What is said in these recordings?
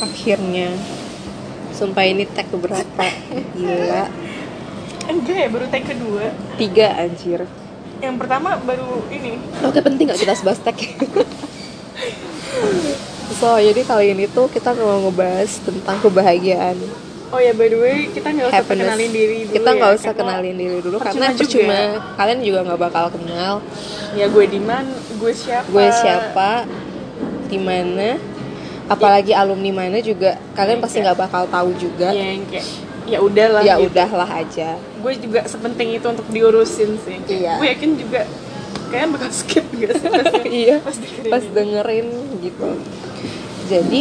akhirnya sumpah ini tag keberapa gila Enggak ya, baru take kedua. tiga anjir Yang pertama baru ini. oke penting nggak kita sebahas tag so jadi kali ini tuh kita mau ngebahas tentang kebahagiaan Oh ya, by the way, kita nggak usah happiness. kenalin diri dulu kita ya, nggak usah karena kenalin diri dulu karena percuma juga. percuma kalian juga nggak bakal kenal Ya gue Diman, gue siapa? gue siapa di mana apalagi alumni mana juga kalian pasti Iya. nggak bakal tahu juga Ya yang kayak ya udahlah. ya gitu. udahlah aja Gue juga sepenting itu untuk diurusin sih. Kayak Iya. Gue yakin juga kalian bakal skip gak sih pas, iya pas dengerin pas ini? dengerin gitu jadi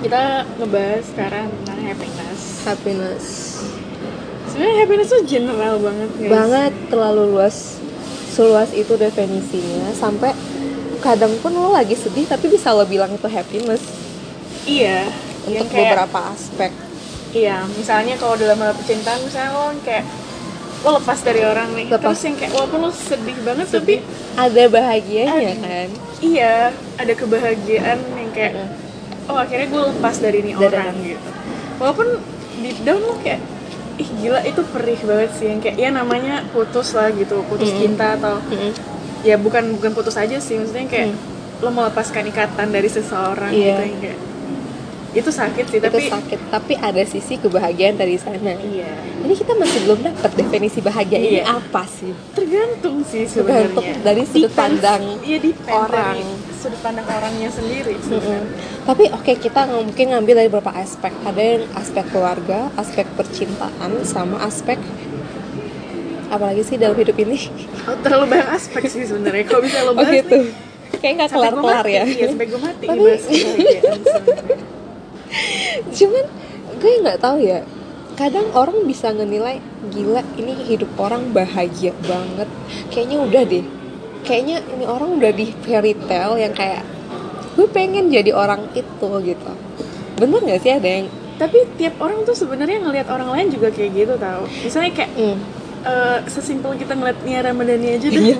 Kita ngebahas sekarang tentang happiness. happiness Sebenarnya happiness tuh general banget guys. banget terlalu luas seluas itu definisinya sampai kadang pun lo lagi sedih tapi bisa lo bilang itu happiness Iya. yang untuk kayak- beberapa aspek Iya, misalnya kalau dalam hal percintaan misalnya lo kayak lo lepas dari orang nih, Lepas. terus yang kayak walaupun lo sedih banget tapi ada bahagianya Iya. Aduh. kan iya ada kebahagiaan yang kayak oh akhirnya gue lepas dari Iya. ini Dari orang orang. gitu. Walaupun deep down lo kayak ih gila itu perih banget sih yang kayak ya namanya putus lah gitu, putus Mm-mm. cinta atau Mm-mm. ya bukan bukan putus aja sih maksudnya yang kayak Mm. lo melepaskan ikatan dari seseorang Iya. gitu yang kayak itu sakit sih tapi itu sakit tapi ada sisi kebahagiaan dari sana iya ini kita masih belum dapat definisi bahagia ini Iya. apa sih tergantung sih sebenarnya Tergantung dari sudut Depends- pandang iya, depend orang. dari sudut pandang orangnya sendiri Mm-mm. sebenarnya Hmm. Tapi oke kita nggak mungkin ngambil dari beberapa aspek. Ada yang aspek keluarga, aspek percintaan, sama aspek apalagi sih dalam hidup ini? Oh, terlalu banyak aspek sih sebenarnya kalau bisa lo Oh bahas gitu. nih, Kayak nggak sampai kelar gua kelar mati. ya. iya sampai gue mati Iya. Tapi- ngebahas kebahagiaan sebenarnya. Cuman gue nggak tahu ya. Kadang orang bisa ngenilai gila ini hidup orang bahagia banget. Kayaknya udah deh. Kayaknya ini orang udah di fairy tale yang kayak gue pengen jadi orang itu gitu. Bener nggak sih ada yang tapi tiap orang tuh sebenarnya ngelihat orang lain juga kayak gitu tau misalnya kayak "Hmm, eh, sesimpel kita ngeliat Nia Ramadhani aja deh Iya.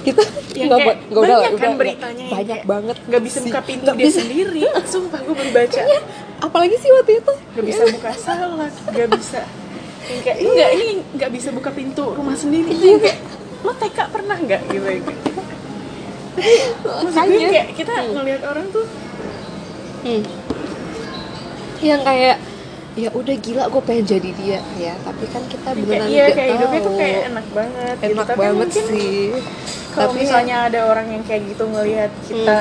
kita Yang nggak kayak ba- nggak udah lah, banyak kan udah nggak- beritanya yang banyak kayak banget nggak bisa sih. buka pintu Nggak dia bisa. Iya. sendiri sumpah gue baru baca apalagi sih waktu itu Iya, nggak bisa buka salad nggak bisa yang kayak enggak ini nggak bisa buka pintu rumah sendiri Iya, Yang kayak lo TK pernah nggak gitu ya maksud gue Makanya. kayak kita Hmm. ngelihat orang tuh Hmm. yang kayak ya udah gila gue pengen jadi dia ya tapi kan kita kayak beneran iya nggak kayak hidupnya tuh tahu. kayak enak banget gitu. enak Tapi banget mungkin sih kalau Tapi- misalnya ada orang yang kayak gitu ngelihat kita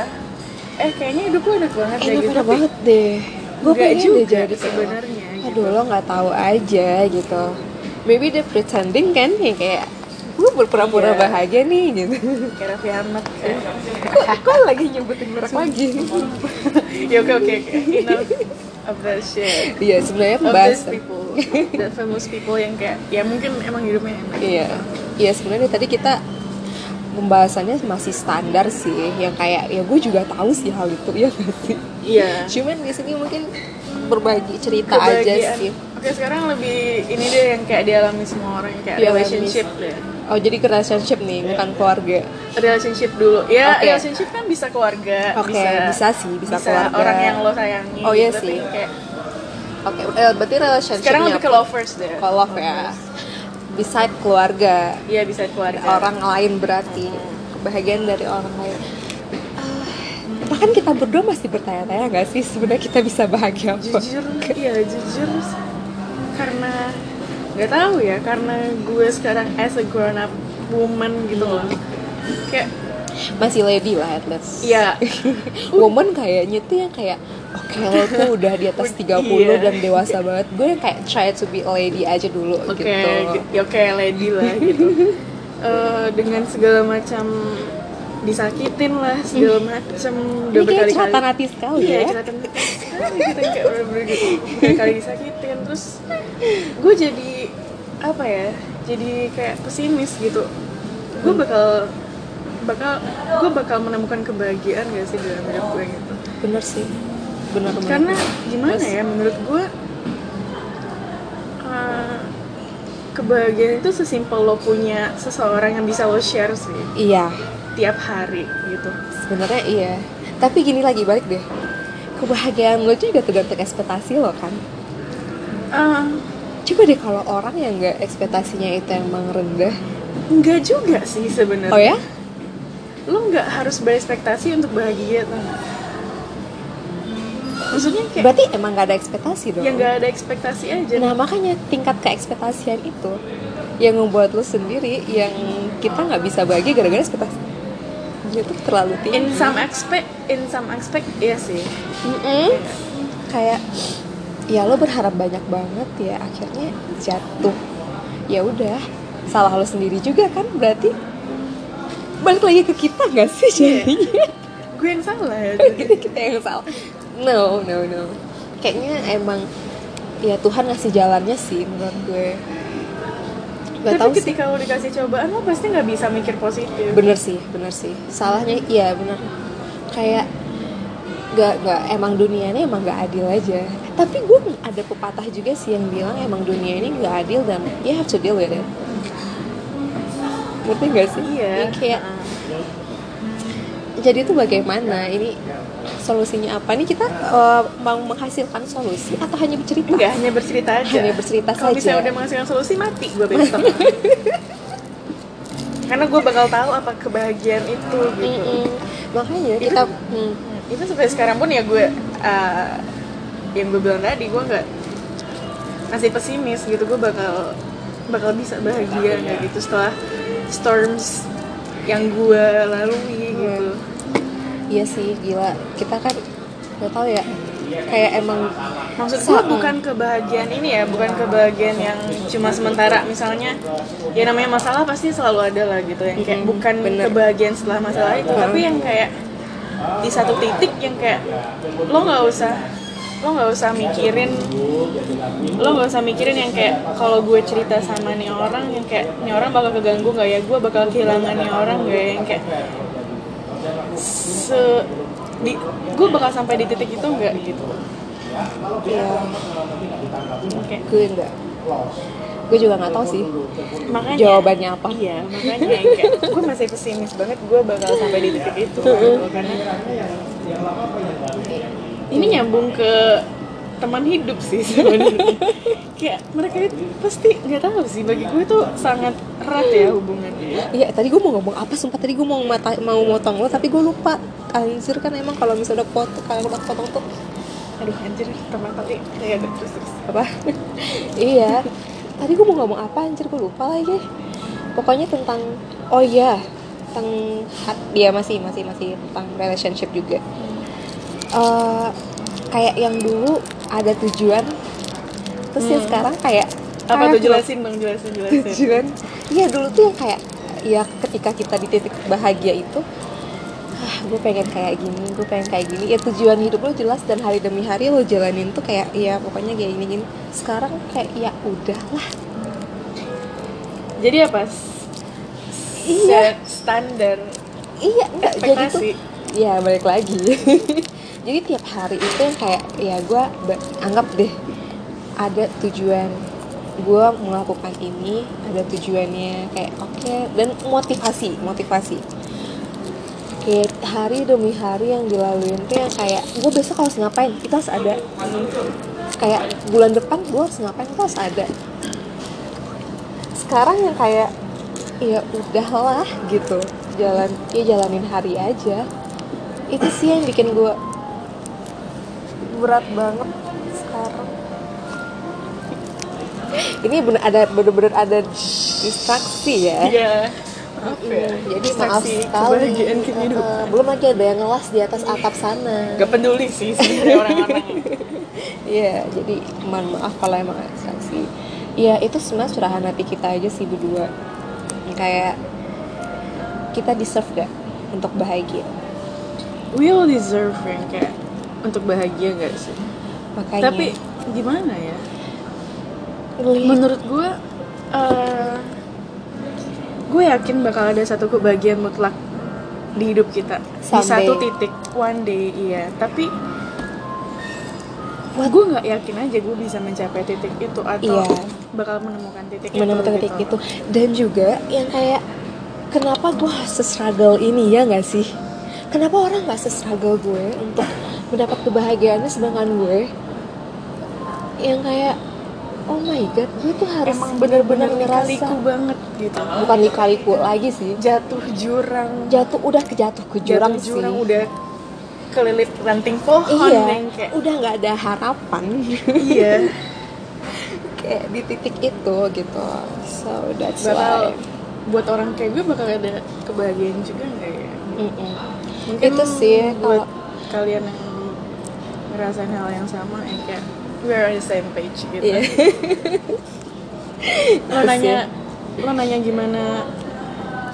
eh kayaknya hidup lo enak banget ya Hmm. enak gitu enak Tapi banget deh gue nggak pengen juga deh jadi kayak lo. sebenarnya gitu. aduh lo nggak tahu aja gitu maybe dia pretending kan yang kayak gue berpura-pura Iya. bahagia nih gitu kayak Raffi Ahmad kan. kok, kok lagi nyebutin merek lagi ya oke oke oke enough of that shit Iya sebenarnya of these pembahasan people the famous people yang kayak ya mungkin emang hidupnya enak Iya Iya sebenarnya tadi kita Pembahasannya masih standar sih Yang kayak ya gue juga tahu sih hal itu ya gak sih iya Cuman di sini mungkin berbagi cerita aja kebahagiaan sih oke sekarang lebih ini deh yang kayak dialami semua orang kayak Dialami. relationship deh Oh jadi ke relationship nih Iya. bukan keluarga relationship dulu ya Oke. relationship kan bisa keluarga Oke, bisa sih, bisa keluarga. orang yang lo sayangi Oh, iya gitu, sih. tapi kayak- Oke eh, berarti relationship sekarang lebih ke lovers deh Ke love ya Beside keluarga iya bisa keluarga Orang lain berarti Kebahagiaan dari orang lain Ah, Bahkan kita berdua masih bertanya-tanya gak sih sebenarnya kita bisa bahagia apa? jujur iya jujur karena nggak tahu ya karena gue sekarang as a grown up woman gitu loh kayak masih lady lah at least ya woman kayaknya tuh yang kayak oke lo tuh udah di atas 30 Iya. dan dewasa banget gue yang kayak try to be a lady aja dulu oke gitu ya oke lady lah gitu Eh, dengan segala macam disakitin lah segala macam udah ini kayak berkali-kali cerita hati sekali iya ya ceratan sekali gitu yang kayak udah ber- berkali disakitin terus gue jadi apa ya jadi kayak pesimis gitu gue bakal bakal gue bakal menemukan kebahagiaan gak sih dalam hidup gue gitu bener sih bener bener karena gimana Terus? ya menurut gue uh, kebahagiaan itu sesimpel lo punya seseorang yang bisa lo share sih iya tiap hari gitu sebenarnya iya tapi gini lagi balik deh kebahagiaan lo juga tergantung ekspektasi lo kan Ah, coba deh kalau orang yang nggak ekspektasinya itu emang rendah nggak juga sih sebenarnya oh ya lo nggak harus berespektasi untuk bahagia tuh maksudnya kayak berarti emang nggak ada ekspektasi dong yang nggak ada ekspektasi aja nah makanya tingkat keekspektasian itu yang membuat lo sendiri yang kita nggak bisa bahagia gara-gara ekspektasi itu terlalu tinggi in some aspect in some aspect iya sih Mm-mm. kayak ya lo berharap banyak banget ya akhirnya jatuh ya udah salah lo sendiri juga kan berarti balik lagi ke kita nggak sih Iya. jadinya gue yang salah ya Gitu, kita yang salah no no no kayaknya emang ya Tuhan ngasih jalannya sih menurut gue nggak tahu tapi sih ketika lo dikasih cobaan lo pasti nggak bisa mikir positif bener sih bener sih salahnya iya bener kayak gak gak emang dunianya emang gak adil aja tapi gue ada pepatah juga sih yang bilang emang dunia ini gak adil dan you have to deal with it ngerti gak sih iya Yang kayak jadi itu bagaimana ini solusinya apa ini kita eh, mau menghasilkan solusi atau hanya bercerita nggak hanya bercerita aja Hanya bercerita kalau saja. misalnya udah menghasilkan solusi mati gue besok karena gue bakal tahu apa kebahagiaan itu gitu Mm-mm. makanya kita mm, itu sampai sekarang pun ya gue uh, yang gue bilang tadi gue nggak masih pesimis gitu gue bakal bakal bisa bahagia kayak gitu setelah storms yang gue lalui gitu Hmm. iya sih gila kita kan nggak tahu ya kayak emang maksud gue Sa- bukan kebahagiaan ini ya bukan kebahagiaan yang cuma sementara misalnya ya namanya masalah pasti selalu ada lah gitu yang kayak Mm-mm, bukan bener. kebahagiaan setelah masalah itu tapi yang kayak di satu titik yang kayak lo nggak usah lo nggak usah mikirin lo nggak usah mikirin yang kayak kalau gue cerita sama nih orang yang kayak nih orang bakal keganggu nggak ya gue bakal kehilangan nih orang nggak ya yang kayak se di gue bakal sampai di titik itu nggak gitu ya, Oke. gue enggak gue juga nggak tahu sih makanya jawabannya apa iya makanya kayak gue masih pesimis banget gue bakal sampai di titik itu gitu. karena ini nyambung ke teman hidup sih sebenarnya kayak mereka itu pasti nggak tahu sih bagi gue tuh sangat erat ya hubungannya iya tadi gue mau ngomong apa sumpah tadi gue mau mata, mau motong lo tapi gue lupa anjir kan emang kalau misalnya udah potong kalau udah potong tuh aduh anjir teman tapi kayak ada terus terus apa iya tadi gue mau ngomong apa anjir gue lupa lagi pokoknya tentang oh iya tentang hat- dia masih masih masih tentang relationship juga Eh, kayak yang dulu ada tujuan terus yang sekarang kayak apa tuh kayak jelasin bang jelasin jelasin tujuan iya dulu tuh yang kayak ya ketika kita di titik bahagia itu ah gue pengen kayak gini gue pengen kayak gini ya tujuan hidup lo jelas dan hari demi hari lo jalanin tuh kayak ya pokoknya kayak gini gini sekarang kayak ya udahlah jadi apa Iya. set standar iya enggak jadi tuh Ekspektasi. ya balik lagi jadi tiap hari itu yang kayak ya gue anggap deh ada tujuan gue melakukan ini ada tujuannya kayak oke dan motivasi motivasi kayak hari demi hari yang dilaluin tuh yang kayak gue besok harus ngapain kita harus ada kayak bulan depan gue harus ngapain gue harus ada sekarang yang kayak ya udahlah gitu jalan ya jalanin hari aja itu sih yang bikin gue berat banget sekarang ini bener ada bener-bener ada distraksi ya iya Maaf ya. Mm, jadi maaf Saksi sekali kebahagiaan kehidupan Uh, belum lagi ada yang ngelas di atas atap sana Gak peduli sih sebenarnya orang-orang. Iya, jadi mohon maaf kalau emang ada distraksi. Iya, itu sebenarnya curahan hati kita aja sih berdua. Kayak kita deserve gak untuk bahagia? We all deserve yang kayak untuk bahagia gak sih? Makanya Tapi gimana ya? lihat Menurut gue, eh, gue yakin bakal ada satu kebahagiaan mutlak di hidup kita di Someday. satu titik one day iya tapi gue nggak yakin aja gue bisa mencapai titik itu atau Iya. bakal menemukan titik menemukan itu gitu. titik itu dan juga yang kayak kenapa gue harus struggle ini ya nggak sih? kenapa orang nggak sestruggle gue untuk mendapat kebahagiaannya sedangkan gue yang kayak oh my god gue tuh harus emang bener-bener bener-bener ngerasa kaliku banget gitu bukan dikaliku lagi sih jatuh jurang jatuh udah kejatuh ke jurang jatuh sih jurang udah kelilit ranting pohon iya yang kayak udah nggak ada harapan iya kayak di titik itu gitu so that's bakal why buat orang kayak gue bakal ada kebahagiaan juga nggak ya Mm-mm. itu sih buat kalau kalian yang ngerasain hal yang sama yang kayak we're on the same page gitu Iya. lo nanya lo nanya gimana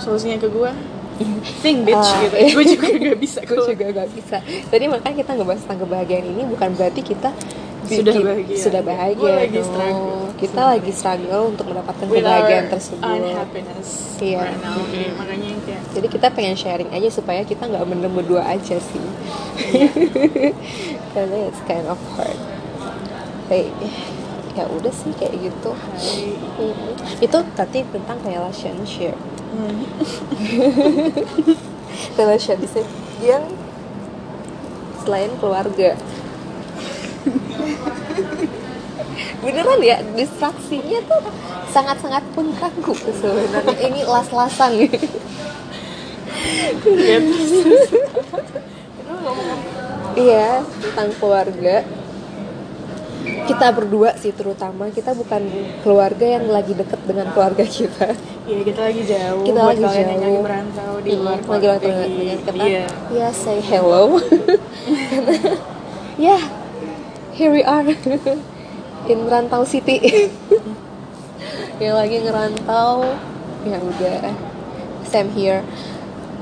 solusinya ke gue think bitch Ah, gitu iya. gue juga gak bisa gue juga gak bisa jadi makanya kita ngebahas tentang kebahagiaan ini bukan berarti kita bi- Sudah ki- bahagia. sudah bahagia Gue lagi no. struggle. kita lagi struggle untuk mendapatkan with our kebahagiaan tersebut unhappiness Iya. right now Kayak makanya yang kayak jadi kita pengen sharing aja supaya kita nggak mendem berdua aja sih Iya. karena it's kind of hard Hey, ya udah sih kayak gitu hai. Mm-mm. itu tadi tentang relationship Hmm. relationship yang selain keluarga beneran ya distraksinya tuh sangat-sangat mengganggu sebenarnya ini las-lasan Yep. iya tentang keluarga kita berdua sih terutama kita bukan keluarga yang lagi deket dengan keluarga kita Iya kita lagi jauh kita buat lagi kalian yang lagi jauh merantau di Iya, luar lagi luar kota, kota di- dengan kita iya. ya say hello Karena- ya here we are in rantau city yang lagi ngerantau ya udah same here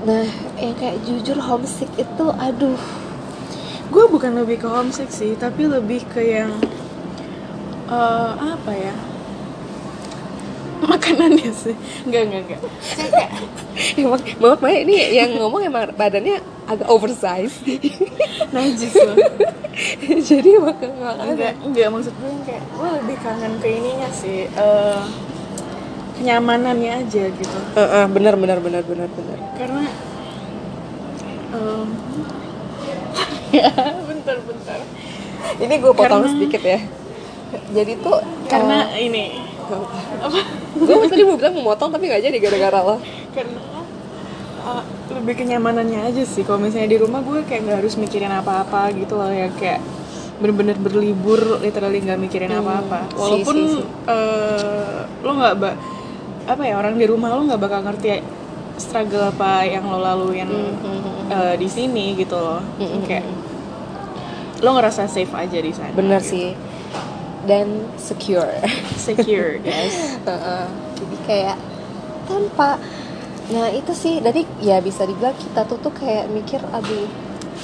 nah yang kayak jujur homesick itu aduh Gue bukan lebih ke homesick sih, tapi lebih ke yang eh, apa ya? Makanannya sih, enggak enggak enggak. Saya kayak emang banget banget ini yang ngomong emang badannya agak oversize najis loh. jadi makan makan Enggak enggak maksud gue yang kayak gue lebih kangen ke ininya sih. eh, kenyamanannya aja gitu. bener bener bener bener bener karena em, Ya, bentar bentar ini gue potong Karena- sedikit ya jadi tuh karena Oh. ini apa gue tadi mau bilang mau motong tapi nggak jadi gara-gara lo karena eh, lebih kenyamanannya aja sih kalau misalnya di rumah gue kayak nggak harus mikirin apa-apa gitu loh ya kayak bener-bener berlibur literally nggak mikirin Hmm, apa-apa si, walaupun si, si. eh, lo nggak ba apa ya orang di rumah lo nggak bakal ngerti struggle apa yang lo laluin Hmm, eh, di sini gitu loh kayak lo ngerasa safe aja di sana hmm. bener gitu. sih dan secure secure guys Heeh. jadi kayak tanpa nah itu sih jadi ya bisa dibilang kita tuh tuh kayak mikir aduh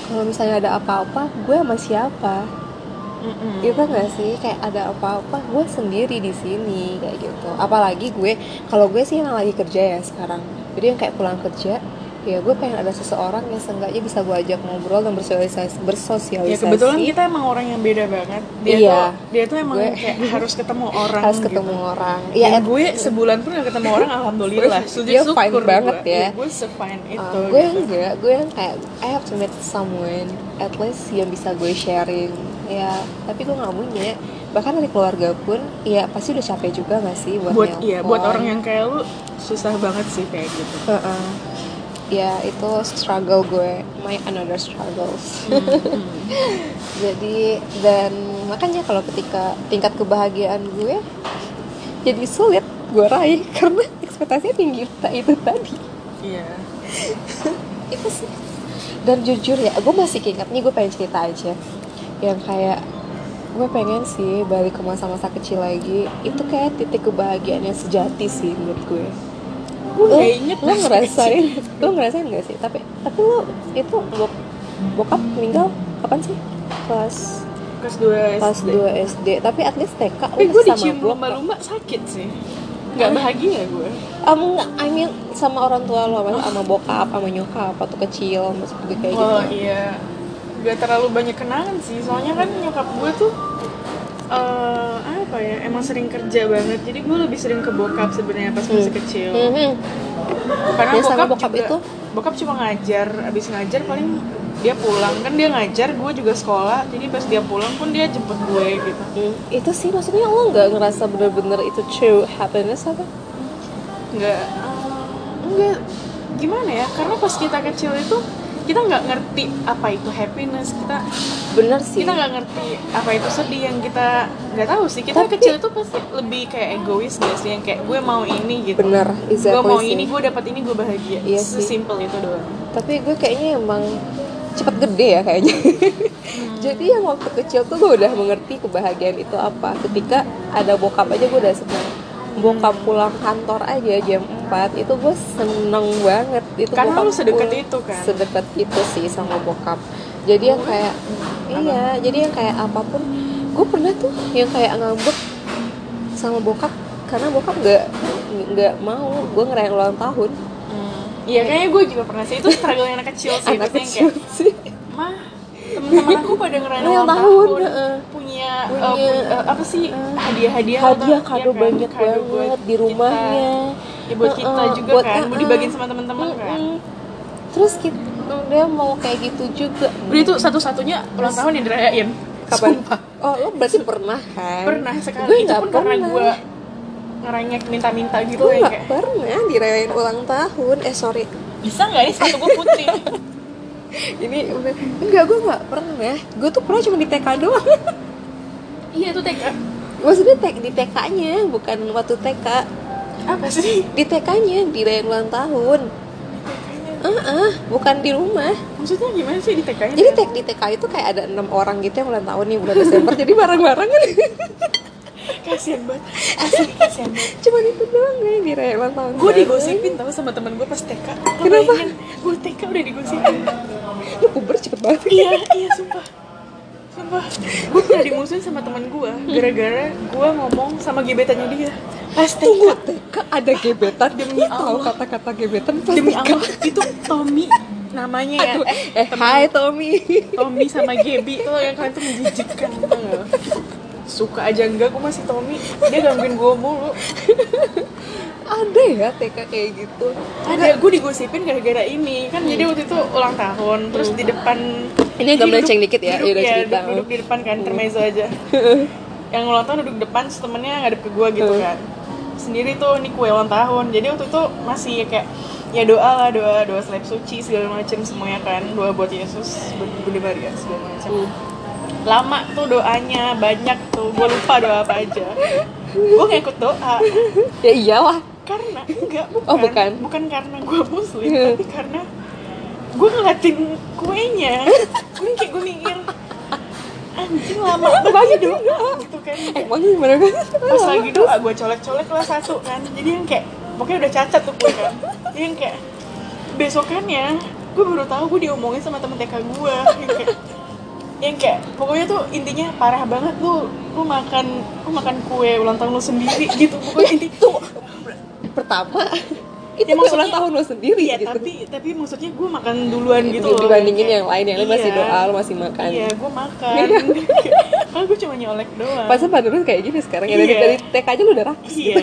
kalau misalnya ada apa-apa gue sama siapa Mm-mm. itu Iya nggak sih kayak ada apa-apa gue sendiri di sini kayak gitu apalagi gue kalau gue sih yang lagi kerja ya sekarang jadi yang kayak pulang kerja ya gue pengen ada seseorang yang seenggaknya bisa gue ajak ngobrol dan bersosialisasi bersosialisasi ya kebetulan kita emang orang yang beda banget dia Iya. tuh dia tuh emang Gue- kayak harus ketemu orang harus gitu. ketemu orang ya, ya at- gue sebulan pun gak ketemu orang alhamdulillah sujud Dia syukur fine gue. banget ya. gue se-fine uh, itu gue gitu. enggak gue yang kayak I have to meet someone at least yang bisa gue sharing ya tapi gue nggak punya bahkan dari keluarga pun ya pasti udah capek juga gak sih buat buat iya buat nelpon. orang yang kayak lu susah banget sih kayak gitu Heeh. Ya itu struggle gue, my another struggles. Hmm, Jadi dan makanya kalau ketika tingkat kebahagiaan gue jadi sulit gue raih karena ekspektasinya tinggi ta- itu tadi. iya Itu sih. Dan jujur ya, gue masih ingat nih gue pengen cerita aja yang kayak gue pengen sih balik ke masa-masa kecil lagi. Itu kayak titik kebahagiaan yang sejati sih menurut gue gue lo, gak inget lo ngerasain lo ngerasain gak sih tapi tapi lo itu bok, bokap meninggal kapan sih kelas kelas dua kelas SD. 2 SD tapi at least TK tapi lo gue sama dicium bokap. lumba-lumba sakit sih nggak bahagia gue Em, nggak, I mean sama orang tua lo sama, sama bokap sama nyokap waktu kecil maksudnya kayak Oh gitu iya, gak terlalu banyak kenangan sih. Soalnya kan nyokap gue tuh eh apa ya, emang sering kerja banget. Jadi gue lebih sering ke bokap sebenarnya pas masih kecil. Mhm. Karena Ya, Hmm. sama bokap juga- itu bokap cuma ngajar abis ngajar paling dia pulang kan dia ngajar gue juga sekolah jadi pas dia pulang pun dia jemput gue gitu Hmm, itu sih maksudnya lo nggak ngerasa bener-bener itu true happiness apa? nggak eh, nggak gimana ya karena pas kita kecil itu kita nggak ngerti apa itu happiness kita Bener sih. kita nggak ngerti apa itu sedih yang kita nggak tahu sih kita Tapi- kecil itu pasti lebih kayak egois gak sih yang kayak gue mau ini gitu Bener, exactly gue mau sih. ini gue dapat ini gue bahagia Iya sih. sesimpel itu doang Tapi gue kayaknya emang cepet gede ya kayaknya. Hmm. Jadi yang waktu kecil tuh gue udah mengerti kebahagiaan itu apa. Ketika ada bokap aja gue udah seneng. Bokap pulang kantor aja jam 4 itu gue seneng banget. Itu Karena bokap lu sedekat pulang- itu kan? Sedekat itu sih sama bokap. Jadi yang kayak iya, jadi yang kayak apapun gue pernah tuh yang kayak ngambek sama bokap karena bokap nggak nggak mau gue ngerayain ulang tahun Iya kayaknya gue juga pernah sih itu struggle anak kecil Hmm. sih anak maksudnya yang kecil kayak sih mah teman-teman aku pada ngerayain Ulang ulang tahun, tahun, heeh. punya, Punya, eh, pun- eh, apa sih eh, hadiah-hadiah hadiah atau- kado iya kan, banyak kado buat banget di kita. rumahnya ya buat kita Heeh, juga buat- kan mau heeh. dibagiin sama teman-teman kan Mm-mm. terus kita dia mau kayak gitu juga Udah itu satu-satunya ulang tahun yang dirayain kapan Sumpah. oh lo berarti pernah kan pernah sekali gue itu nggak pun pernah karena gue ngerengek minta-minta gitu gue yang nggak kayak pernah dirayain ulang tahun eh sorry bisa nggak ini sepatu gue putih ini enggak gue nggak pernah gue tuh pernah cuma di TK doang iya itu TK maksudnya tek- di TK-nya bukan waktu TK apa sih di TK-nya dirayain ulang tahun ah ah, bukan di rumah maksudnya gimana sih di TK -nya? Jadi tek di TK itu kayak ada enam orang gitu yang ulang tahun nih bulan Desember. jadi kan. bareng-barengan. kasian banget asli kasian banget Cuman itu doang eh, nih di raya ulang tahun. gue bareng. digosipin tau sama temen gue pas TK Kenapa? gue TK udah digosipin Lu Ya, puber cepet banget. iya iya sumpah sumpah gue pernah dimusuhin sama temen gue gara-gara gue ngomong sama gebetannya dia pas Tunggu TK TK ada gebetan demi iya. Demi tahu Allah. kata-kata gebetan pas demi TK. Allah itu Tommy namanya ya Aduh, eh eh, hai Tommy. Tommy sama Gebi tuh yang kalian tuh menjijikkan tau nggak? suka aja enggak gue masih Tommy dia gangguin gue mulu ada ya TK kayak gitu. ada gue digosipin gara-gara ini kan jadi waktu itu ulang tahun terus di depan Iya. Ini agak Jadi melenceng duduk- dikit ya, duduk, yaudah ya, cerita. duduk, duduk di depan kan termeja aja yang ulang tahun duduk depan terus temennya ngadep ke gue gitu Hmm. kan sendiri tuh ini kue ulang tahun jadi waktu itu masih kayak ya doa lah doa doa seleb suci segala macem semuanya kan doa buat Yesus buat Bunda Maria segala macem Hmm. lama tuh doanya banyak tuh gue lupa doa apa aja gue ngikut doa Ya iyalah. karena enggak bukan Oh, bukan. karena gue muslim Iya. tapi karena gue ngeliatin kuenya gue kayak gue mikir anjing lama banget doa gitu kan Emangnya gimana kan? pas lagi doa gue colek-colek lah satu kan jadi yang kayak pokoknya udah cacat tuh kue kan jadi yang kayak besokannya gue baru tahu gue diomongin sama temen TK gue yang kayak yang kayak pokoknya tuh intinya parah banget lu lu makan lu makan kue ulang tahun lu sendiri gitu Ya, pokoknya inti tuh Pertama itu Ya, kue ulang maksudnya- tahun lo sendiri Iya, gitu. tapi tapi maksudnya gue makan duluan gitu loh. dibandingin kayak- yang lain yang lain masih Iya. doa lo masih makan. Iya, gue makan. Kan gue cuma nyolek doang. Pasnya pada lu kayak gini sekarang ya dari, Iya. dari TK aja lu udah rakus iya.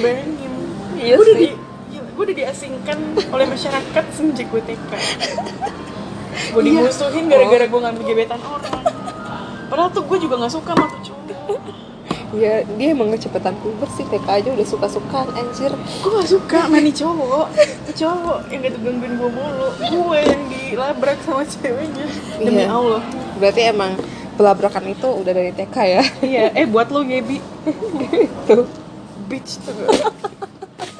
Bayangin. Iya Gua udah sih. di- gila, gua udah diasingkan oleh masyarakat semenjak gue TK. Gue dimusuhin gara-gara gue ngambil gebetan orang. Padahal tuh gue juga gak suka sama tuh cowok. Ya, dia emang kecepetan puber sih, TK aja udah suka-sukaan, anjir gue gak suka mani cowok cowok yang gak gangguin gue mulu gue yang dilabrak sama ceweknya demi Iya. Allah Berarti emang pelabrakan itu udah dari TK ya iya eh buat lo Gebi Tuh bitch tuh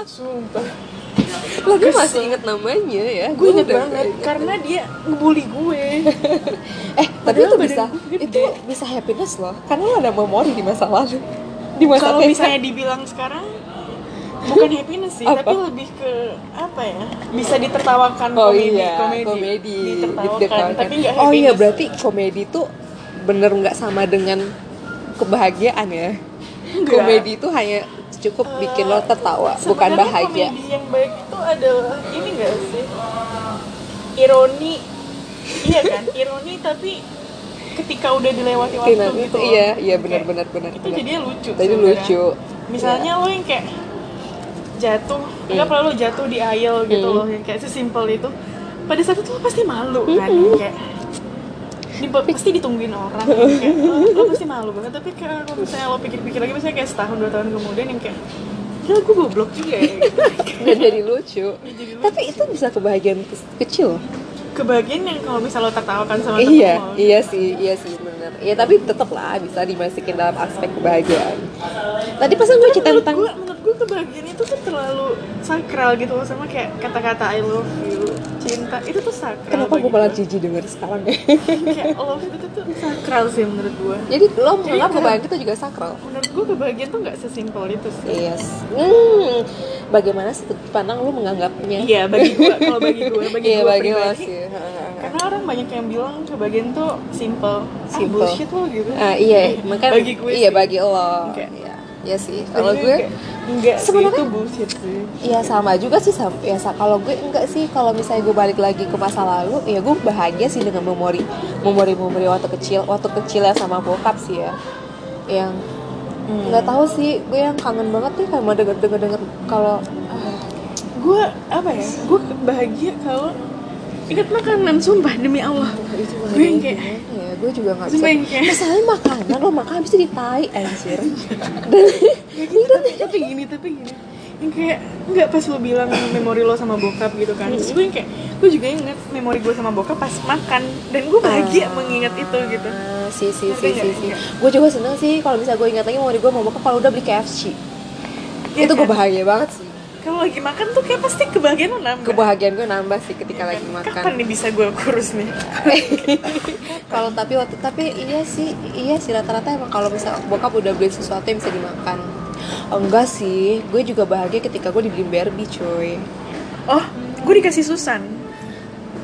sumpah Lo gue masih Kesel. inget namanya ya gue inget udah- banget karena dia ngebully gue Eh, tapi Padahal itu badan bisa, gue gede. itu bisa happiness loh Karena lo ada memori di masa lalu Di masa kalau TK misalnya dibilang sekarang bukan happiness sih Apa? tapi lebih ke apa ya bisa ditertawakan Oh komedi, iya, komedi, komedi ditertawakan tapi nggak Oh iya, happiness. berarti komedi itu bener nggak sama dengan kebahagiaan ya Nggak. Eh, Komedi itu hanya cukup bikin lo tertawa, bukan Sebenarnya bahagia komedi yang baik itu adalah ini gak sih? Ironi. Iya kan? Ironi tapi ketika udah dilewati waktu Keinginan gitu. itu, iya, iya, Kayak benar, benar, benar, Itu benar. jadinya lucu. Tadi sebenarnya. lucu. Misalnya lo yang kayak jatuh nggak Hmm. perlu jatuh di aisle gitu Hmm. loh yang kayak sesimpel itu pada saat itu lo pasti malu kan kayak di, pasti ditungguin orang kayak, lo, lo pasti malu banget tapi kayak kalau misalnya lo pikir-pikir lagi misalnya kayak setahun dua tahun kemudian yang kayak gila gue goblok juga ya gitu. dan Iya, jadi lucu jadi lucu. tapi itu bisa kebahagiaan ke- kecil loh kebagian yang kalau misalnya lo tertawakan sama temen iya lo iya sih iya sih benar ya tapi tetap lah bisa dimasukin dalam aspek kebahagiaan tadi pas gue cerita menurut tentang gue menurut gue kebahagiaan itu tuh terlalu sakral gitu loh sama kayak kata-kata I love you cinta itu tuh sakral kenapa bagi gue malah gua. jijik denger sekarang ya kayak love itu tuh sakral sih menurut gue jadi lo menganggap karena- kebahagiaan itu juga sakral menurut gue kebahagiaan tuh nggak sesimpel itu sih yes hmm bagaimana sudut pandang lo menganggapnya iya bagi gue kalau bagi gue bagi iya gue bagi lo pribadi sih ah, Ha, ha, ha. karena orang banyak yang bilang kebahagiaan tuh simple ah, Simple. bullshit lo gitu Ah, iya makanya bagi gue iya sih. bagi lo Oke. iya iya sih Bagi kalau gue kayak, enggak sebenarnya- sih, itu bullshit sih Iya sama juga sih sama, ya sa- kalau gue enggak sih kalau misalnya gue balik lagi ke masa lalu ya gue bahagia sih dengan memori memori memori waktu kecil waktu kecil ya sama bokap sih ya yang Hmm. nggak tahu sih gue yang kangen banget nih kalau denger denger denger kalau gue apa ya gue bahagia kalau ingat makanan sumpah demi Allah gue yang kayak ya gue juga nggak bisa sumpah yang kayak misalnya makanan lo makan habis itu ditai anjir Ya gitu, tapi, tapi gini tapi gini yang kayak nggak pas lo bilang memori lo sama bokap gitu kan terus gue yang kayak gue juga inget memori gue sama bokap pas makan dan gue bahagia mengingat itu gitu Ah, si si si si, Ngerti nggak? si. Iya. gue juga seneng sih kalau misalnya gue ingat lagi memori gue mau bokap kalau udah beli KFC Iya itu gue kan? bahagia banget sih kalau lagi makan tuh kayak pasti kebahagiaan lo nambah Kan? kebahagiaan gue nambah sih ketika lagi kapan makan nih bisa gue kurus nih kalau tapi waktu tapi iya sih iya sih rata-rata emang kalau misal bokap udah beli sesuatu yang bisa dimakan Oh, enggak sih gue juga bahagia ketika gue dibeliin Barbie cuy oh gue dikasih susan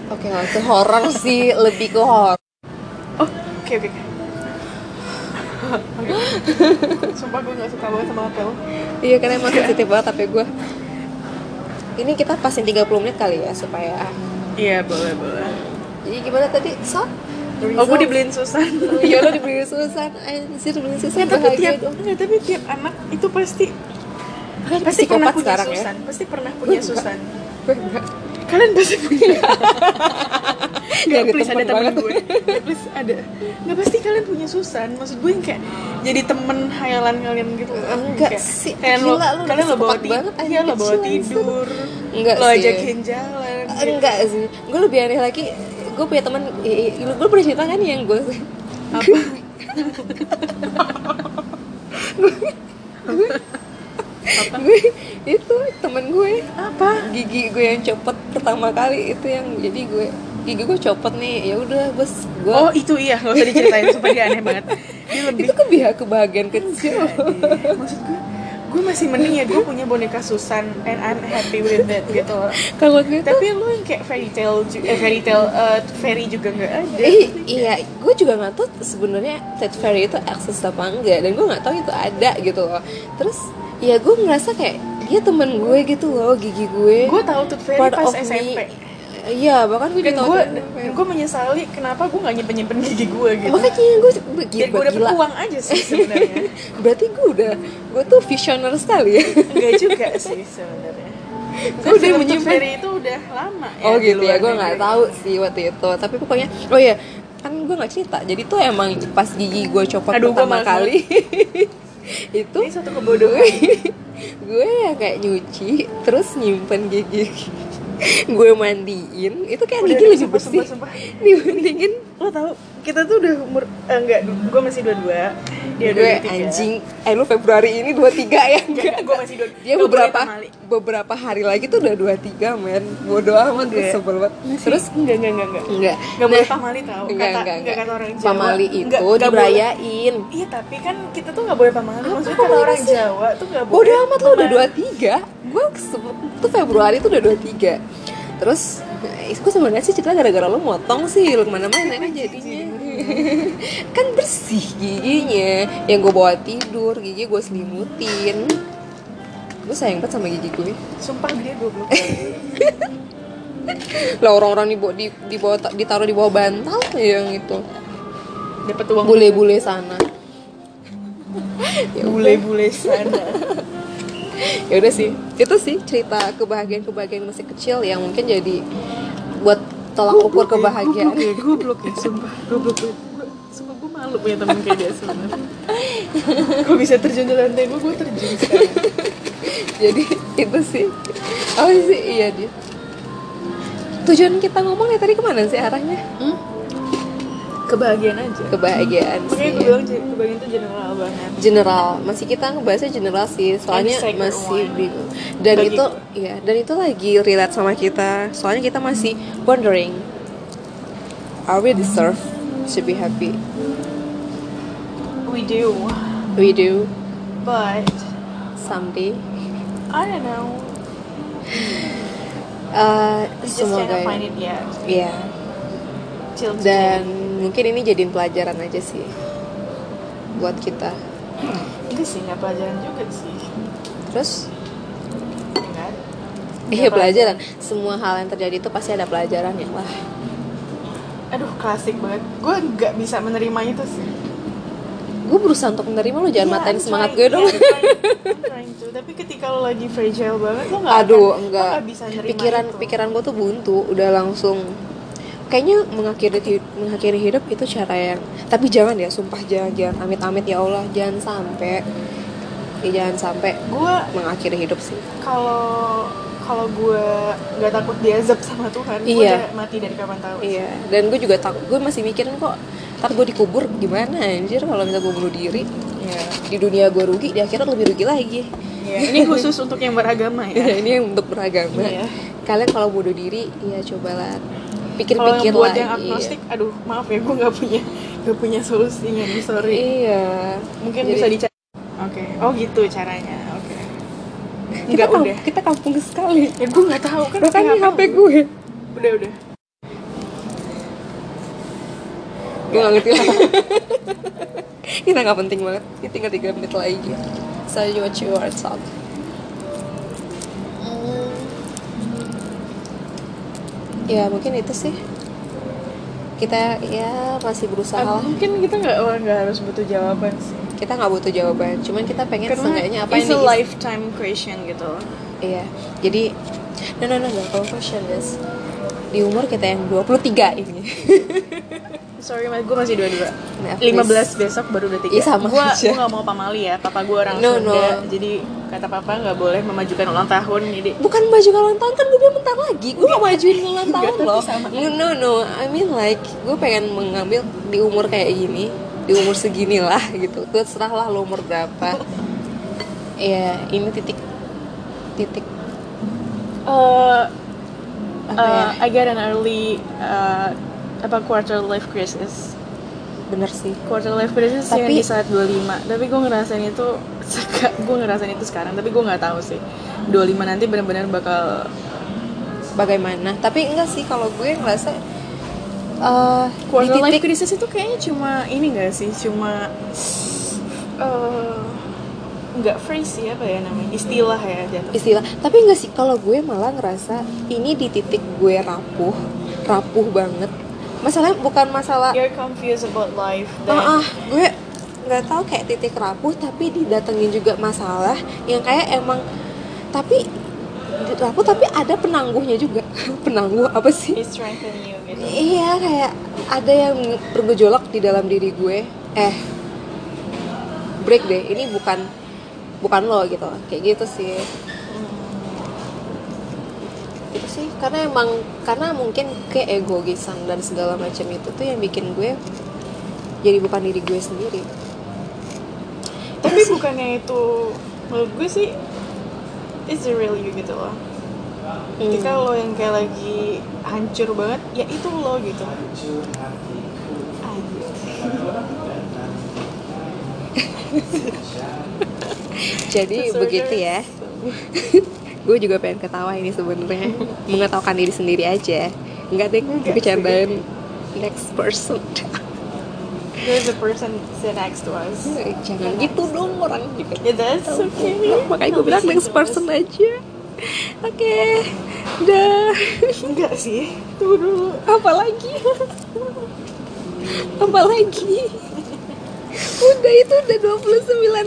oke nggak ke horor sih lebih ke horor oh oke oke oke. Oke. Sumpah gue gak suka banget sama hotel iya karena emang sensitif banget tapi gue ini kita pasin 30 menit kali ya supaya Iya boleh boleh jadi gimana tadi so Oh gue dibeliin Susan Iya lo dibeliin Susan, anjir dibeliin Susan Nggak, tapi bahagia tiap dong nggak, tapi tiap anak itu pasti Kan pasti psikopat pernah punya sekarang ya Susan pasti pernah punya enggak. Susan Gue enggak kalian pasti punya nggak Jadi please ada temen temen banget. gue Nggak, please ada nggak pasti kalian punya Susan maksud gue yang kayak jadi temen hayalan kalian gitu loh. Enggak Kayak sih, kalian lo gila, lu kalian lo psikopat bawa tidur banget, anjing iya lo bawa kecil, anjing. tidur Enggak lo sih. ajakin jalan gitu. enggak sih gue lebih aneh lagi gue punya teman gue pernah cerita kan yang gue apa gue itu temen gue apa gigi gue yang copot pertama kali itu yang jadi gue gigi gue copot nih ya udah bos gue oh itu iya nggak usah diceritain sumpah dia aneh banget dia lebih itu kan biha kebahagiaan kecil Jadi, maksud gue gue masih mending ya gue punya boneka Susan and I'm happy with that gitu loh kalau gue tuh tapi lu yang kayak fairy tale ju- eh, fairy tale eh, fairy juga nggak ada eh, iya gue juga nggak tahu sebenarnya Ted Fairy itu akses apa enggak dan gue nggak tahu itu ada gitu loh terus ya gue ngerasa kayak dia temen gue gitu loh gigi gue gue tahu tuh fairy part of pas me. SMP iya bahkan gue dan ditawarin gue SMP. gue menyesali kenapa gue nggak nyimpen nyimpen gigi gue gitu makanya gue biar gila, gue Oh, dapet gila. uang aja sih sebenarnya berarti gue udah gue tuh visioner sekali ya enggak juga sih sebenarnya Gue udah Film Tooth menyimpan. fairy itu udah lama ya oh di gitu ya luar gue negeri. nggak tahu sih waktu itu tapi pokoknya oh iya kan gue nggak cerita jadi tuh emang pas gigi gue copot Aduh, gua pertama males kali itu ini satu kebodohan gue ya kayak nyuci terus nyimpen gigi gue mandiin itu kayak Udah, gigi udah, lebih sumpah, bersih sumpah, sumpah. dibandingin lo tau kita tuh udah umur eh, enggak gue masih dua dua dia gue Iya, dua anjing eh lu Februari ini 23 ya enggak gue masih dua dia beberapa beberapa hari lagi tuh udah 23 men bodo amat gue Iya. sebel banget terus terus enggak enggak enggak enggak enggak Gak boleh pamali tau enggak kata, enggak enggak kata orang Jawa pamali itu Nggak- nggak boleh. dirayain Iya tapi kan kita tuh gak boleh pamali Apa Maksudnya pamali kata orang sih? Jawa tuh gak boleh bodo amat lu udah pamali. 23 gue sebel- tuh Februari tuh udah 23 terus eh, gue sebenarnya sih cerita gara-gara lo motong sih lo kemana-mana kan jadinya kan bersih giginya yang gue bawa tidur gigi gue selimutin gue sayang banget sama gigi gue Sumpah dia goblok lah orang-orang di, di, di bawah ditaruh di bawah bantal ya yang itu Dapat uang bule-bule sana Bule-bule sana ya udah sih itu sih cerita kebahagiaan kebahagiaan masih kecil yang mungkin jadi buat tolak ukur Goblok ya, kebahagiaan goblok ya goblok ya sumpah goblok ya Gua- sumpah gue malu punya temen kayak dia sebenarnya gue bisa terjun di lantai gue gue terjun sekarang jadi itu sih apa sih iya dia tujuan kita ngomong ya tadi kemana sih arahnya hmm? kebahagiaan aja kebahagiaan makanya sih gue bilang j- kebahagiaan itu general banget general masih kita ngebahasnya general sih soalnya second masih one. bingung dan Bagi itu gue. ya dan itu lagi relate sama kita soalnya kita masih wondering are we deserve to be happy we do we do but someday I don't know Uh, we just semoga cannot find it yet ya Till dan today. mungkin ini jadiin pelajaran aja sih buat kita Enggak sih, nggak pelajaran juga sih. kan? terus Enggak. iya pelajaran semua hal yang terjadi itu pasti ada pelajaran ya lah Aduh, klasik banget. Gue nggak bisa menerima itu sih. gue berusaha untuk menerima lo jangan Yeah, matain I'm semangat gue trying- dong yeah, I'm trying- I'm trying to. Tapi ketika lo lagi fragile banget, lo nggak Aduh, akan- lo enggak. nggak bisa nerima Pikiran itu. pikiran gue tuh buntu, udah langsung kayaknya mengakhiri ti- mengakhiri hidup itu cara yang tapi jangan ya sumpah jangan jangan amit-amit ya Allah jangan sampai ya jangan sampai Gue mengakhiri hidup sih kalau kalau gue nggak takut diazab sama Tuhan, gue Iya. udah mati dari kapan tahu. iya dan gue juga takut gue masih mikirin kok ntar gue dikubur gimana anjir kalau misalnya gue bunuh diri Iya. di dunia gue rugi di akhirat lebih rugi lagi Iya, Ini khusus untuk yang beragama ya. Iya, ini yang untuk beragama Iya. kalian kalau bunuh diri ya cobalah Kalau yang pikir-pikir iya. buat lagi yang agnostik, aduh maaf ya, gue nggak punya nggak punya solusinya, I'm sorry. Iya. Mungkin Jadi- bisa dicari. Oke. Oh gitu caranya. Oke. kita, Enggak kam- udah. Oh, kita kampung sekali. Ya gue nggak tahu kan. Bahkan kayak ini apa. HP gue. Udah udah. Gue gak ngerti lagi. Kita gak penting banget. Ini tinggal 3 menit lagi. So you what you are talk. Hmm. Ya mungkin itu sih. Kita ya masih berusaha lah. Ah, mungkin kita nggak wah, nggak harus butuh jawaban sih. Kita nggak butuh jawaban. Cuman kita pengen seenggaknya apa it's yang a diisi- lifetime question gitu. Iya. Jadi no no no, no. conclusion is di umur kita yang 23 ini. Sorry, mas, gue masih dua-dua. Nah, 15 besok baru udah tiga. Iya, sama gua, aja. Gue gak mau pamali ya, papa gue orang No, Sunda. no. Eh, Jadi kata papa gak boleh memajukan ulang tahun. Jadi bukan maju ke ulang tahun kan gue bilang bentar lagi gue mau majuin ulang tahun tapi loh sama. no no I mean like gue pengen mengambil di umur kayak gini di umur segini lah gitu terserah lah lo umur berapa ya ini titik titik eh Apa ya, eh, I got an early eh, apa quarter life crisis. bener sih quarter life crisis yang Tapi- di saat 25 tapi gue ngerasain itu gue ngerasain itu sekarang tapi gue nggak tahu sih 25 nanti benar-benar bakal bagaimana tapi enggak sih kalau gue ngerasa eh di quarter life titik crisis itu kayaknya cuma ini gak sih cuma eh, nggak phrase ya apa ya namanya istilah ya jatuh istilah tapi enggak sih kalau gue malah ngerasa ini di titik gue rapuh rapuh banget masalahnya bukan masalah you're confused about life then Ah, ah, gue nggak tahu kayak titik rapuh tapi didatengin juga masalah yang kayak emang tapi rapuh tapi ada penangguhnya juga penangguh apa sih it strengthen you gitu iya kayak ada yang bergejolak di dalam diri gue eh break deh ini bukan bukan lo gitu kayak gitu sih itu Gitu sih karena emang karena mungkin keegoisan dan segala macam itu tuh yang bikin gue jadi bukan diri gue sendiri tapi bukannya itu menurut gue sih it's the real you gitu loh Gitu. Iya. ketika lo yang kayak lagi hancur banget ya itu lo gitu Jadi begitu ya. gue juga pengen ketawa ini sebenarnya. Mengetawakan diri sendiri aja. Enggak deh, Enggak, bercandain next person. there's a person sit next to us Jangan gitu dong orang juga. yeah that's tahu. okay Makanya gue bilang next person aja. Oke. Udah. enggak sih tunggu dulu Apa lagi? Apa lagi? Udah itu udah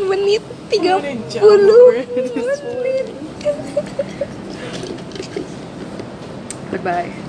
29 menit. tiga Udah jauh puluh gue. menit Goodbye.